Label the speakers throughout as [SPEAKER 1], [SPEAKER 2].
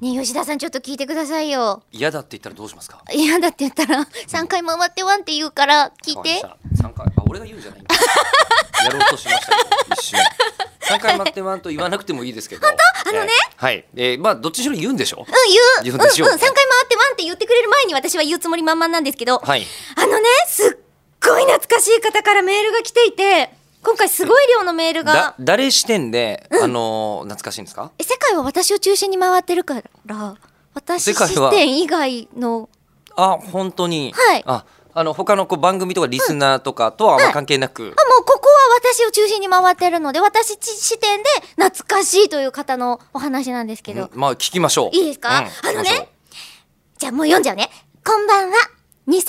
[SPEAKER 1] ねえ吉田さんちょっと聞いてくださいよ
[SPEAKER 2] 嫌だって言ったらどうしますか
[SPEAKER 1] いやだって言ったら3回回ってワンって言うから聞いて
[SPEAKER 2] わかりました三回あ俺が言うんじゃない んだやろうとしましたけど一瞬三回待ってまんと言わなくてもいいですけど本当あのね、はい、えーまあどっちにしろ言うんでしょ
[SPEAKER 1] うん言
[SPEAKER 2] 言
[SPEAKER 1] うう
[SPEAKER 2] う
[SPEAKER 1] んんうん
[SPEAKER 2] でしょう
[SPEAKER 1] 3回回ってワンって言ってくれる前に私は言うつもり満々なんですけど、
[SPEAKER 2] はい
[SPEAKER 1] あのねすっごい懐かしい方からメールが来ていて今回すごい量のメール
[SPEAKER 2] だ
[SPEAKER 1] が
[SPEAKER 2] 誰視点で、あのー懐かしいんですか
[SPEAKER 1] え世界は私を中心に回ってるから私
[SPEAKER 2] 世界
[SPEAKER 1] 視
[SPEAKER 2] は
[SPEAKER 1] 点以外の
[SPEAKER 2] あ本当に、
[SPEAKER 1] はい
[SPEAKER 2] ああの他のこう番組とかリスナーとかとはあんま関係なく、
[SPEAKER 1] あもうここは私を中心に回ってるので私視点で懐かしいという方のお話なんですけど、
[SPEAKER 2] うんまあ聞きましょう
[SPEAKER 1] いいですか、
[SPEAKER 2] うん
[SPEAKER 1] あの
[SPEAKER 2] 行きましょ
[SPEAKER 1] ね
[SPEAKER 2] う
[SPEAKER 1] じゃあもう読んじゃうねこんばんは2013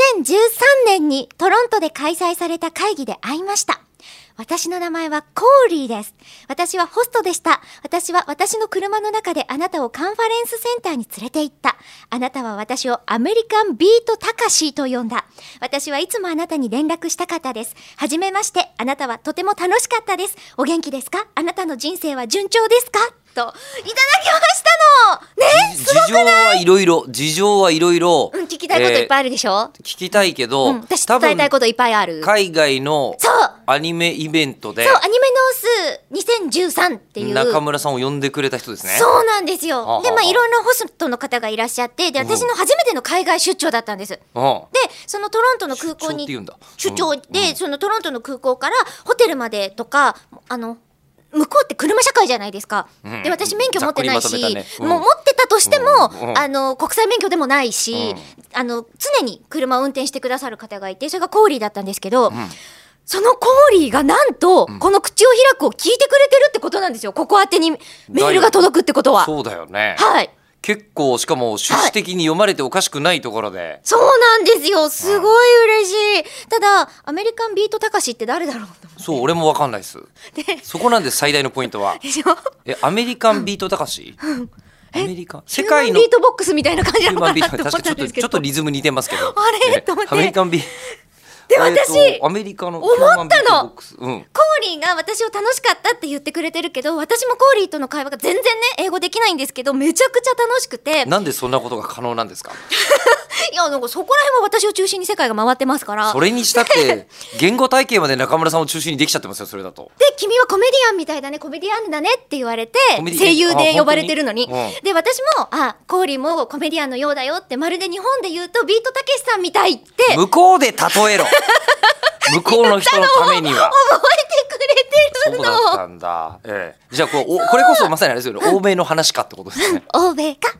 [SPEAKER 1] 年にトロントで開催された会議で会いました私の名前はコーリーです私はホストでした私は私の車の中であなたをカンファレンスセンターに連れて行ったあなたは私をアメリカンビートたかしと呼んだ私はいつもあなたに連絡したかったですはじめましてあなたはとても楽しかったですお元気ですかあなたの人生は順調ですかといただきましたのね
[SPEAKER 2] じ事情はいろいろ事情はいろいろ、
[SPEAKER 1] うん、聞きたいこといっぱい
[SPEAKER 2] い、
[SPEAKER 1] あるでしょ、
[SPEAKER 2] 聞きたいけど、
[SPEAKER 1] うん、私伝えたいこといっぱいある。そう
[SPEAKER 2] 海外の
[SPEAKER 1] そう
[SPEAKER 2] アニメイベントで
[SPEAKER 1] アニメノース2013っていう。
[SPEAKER 2] 中村さんを呼んでくれた人ですね
[SPEAKER 1] そうなんですよ。
[SPEAKER 2] はあはあ
[SPEAKER 1] で、まあ、いろんなホストの方がいらっしゃって、で、
[SPEAKER 2] ん
[SPEAKER 1] 私の初めての海外出張だったんです。で、
[SPEAKER 2] うん
[SPEAKER 1] そのトロントの空港
[SPEAKER 2] 出張っ
[SPEAKER 1] に
[SPEAKER 2] て言うんだ
[SPEAKER 1] 出張で、そのトロントの空港からホテルまでとか、あの。向こうって車社会じゃないですか。
[SPEAKER 2] うん
[SPEAKER 1] で、私免許持ってない
[SPEAKER 2] ざっくりまと
[SPEAKER 1] し、
[SPEAKER 2] めたねうん
[SPEAKER 1] もう持ってたとしても、
[SPEAKER 2] うんうん
[SPEAKER 1] あの国際免許でもないし、あの常に車を運転してくださる方がいて、それがコーリーだったんですけど。そのコーリーがなんと、この口を開くを聞いてくれてるってことなんですよ。ここ宛てにメールが届くってことは。
[SPEAKER 2] そうだよね、
[SPEAKER 1] はい。
[SPEAKER 2] 結構しかも趣旨的に読まれておかしくないところで、
[SPEAKER 1] そうなんですよ。すごい嬉しい。ただ、アメリカンビートたかしって誰だろうと。
[SPEAKER 2] そう俺もわかんないですそこなんです最大のポイントは
[SPEAKER 1] でしょ
[SPEAKER 2] えアメリカンビートたかしアメリカン 世
[SPEAKER 1] ヒ
[SPEAKER 2] 界
[SPEAKER 1] ューマン
[SPEAKER 2] の
[SPEAKER 1] ビートボックスみたいな感じ
[SPEAKER 2] ヒ
[SPEAKER 1] な
[SPEAKER 2] ュー
[SPEAKER 1] の
[SPEAKER 2] マ
[SPEAKER 1] か
[SPEAKER 2] ンビー
[SPEAKER 1] な
[SPEAKER 2] ト
[SPEAKER 1] と思
[SPEAKER 2] 確
[SPEAKER 1] っ
[SPEAKER 2] か
[SPEAKER 1] たん
[SPEAKER 2] にちょっと
[SPEAKER 1] ですけ
[SPEAKER 2] ちょ
[SPEAKER 1] ど。
[SPEAKER 2] っとリズム似てますけど
[SPEAKER 1] あれ
[SPEAKER 2] え
[SPEAKER 1] と思って
[SPEAKER 2] アメリカンビー
[SPEAKER 1] で私
[SPEAKER 2] えーとアメリカの
[SPEAKER 1] 思ったの
[SPEAKER 2] ヒューマンビートボックスうん
[SPEAKER 1] コーリーが私を楽しかったって言ってくれてるけど、私もコーリーとの会話が全然ね、英語できないんですけど、めちゃくちゃ楽しくて、
[SPEAKER 2] なんでそんなことが可能なんですか
[SPEAKER 1] いや、なんかそこら辺は私を中心に世界が回ってますから。
[SPEAKER 2] それにしたって言語体系まで中村さんを中心にできちゃってますよそれだと
[SPEAKER 1] で君はコメディアンみたいだねコメディアンだねって言われて
[SPEAKER 2] コメディ
[SPEAKER 1] 声優で
[SPEAKER 2] あ
[SPEAKER 1] 呼ばれてるのに
[SPEAKER 2] 本当にうん
[SPEAKER 1] で私もあコーリーもコメディアンのようだよってまるで日本で言うとビートたけしさんみたいって覚
[SPEAKER 2] 向こうで例えろ向こうの人のためには
[SPEAKER 1] えてくれ
[SPEAKER 2] そう
[SPEAKER 1] てる
[SPEAKER 2] だ
[SPEAKER 1] の
[SPEAKER 2] ったんだ。ええ、じゃあこうおこれこそまさにあれですよね。欧米の話かってことですね。
[SPEAKER 1] 欧米か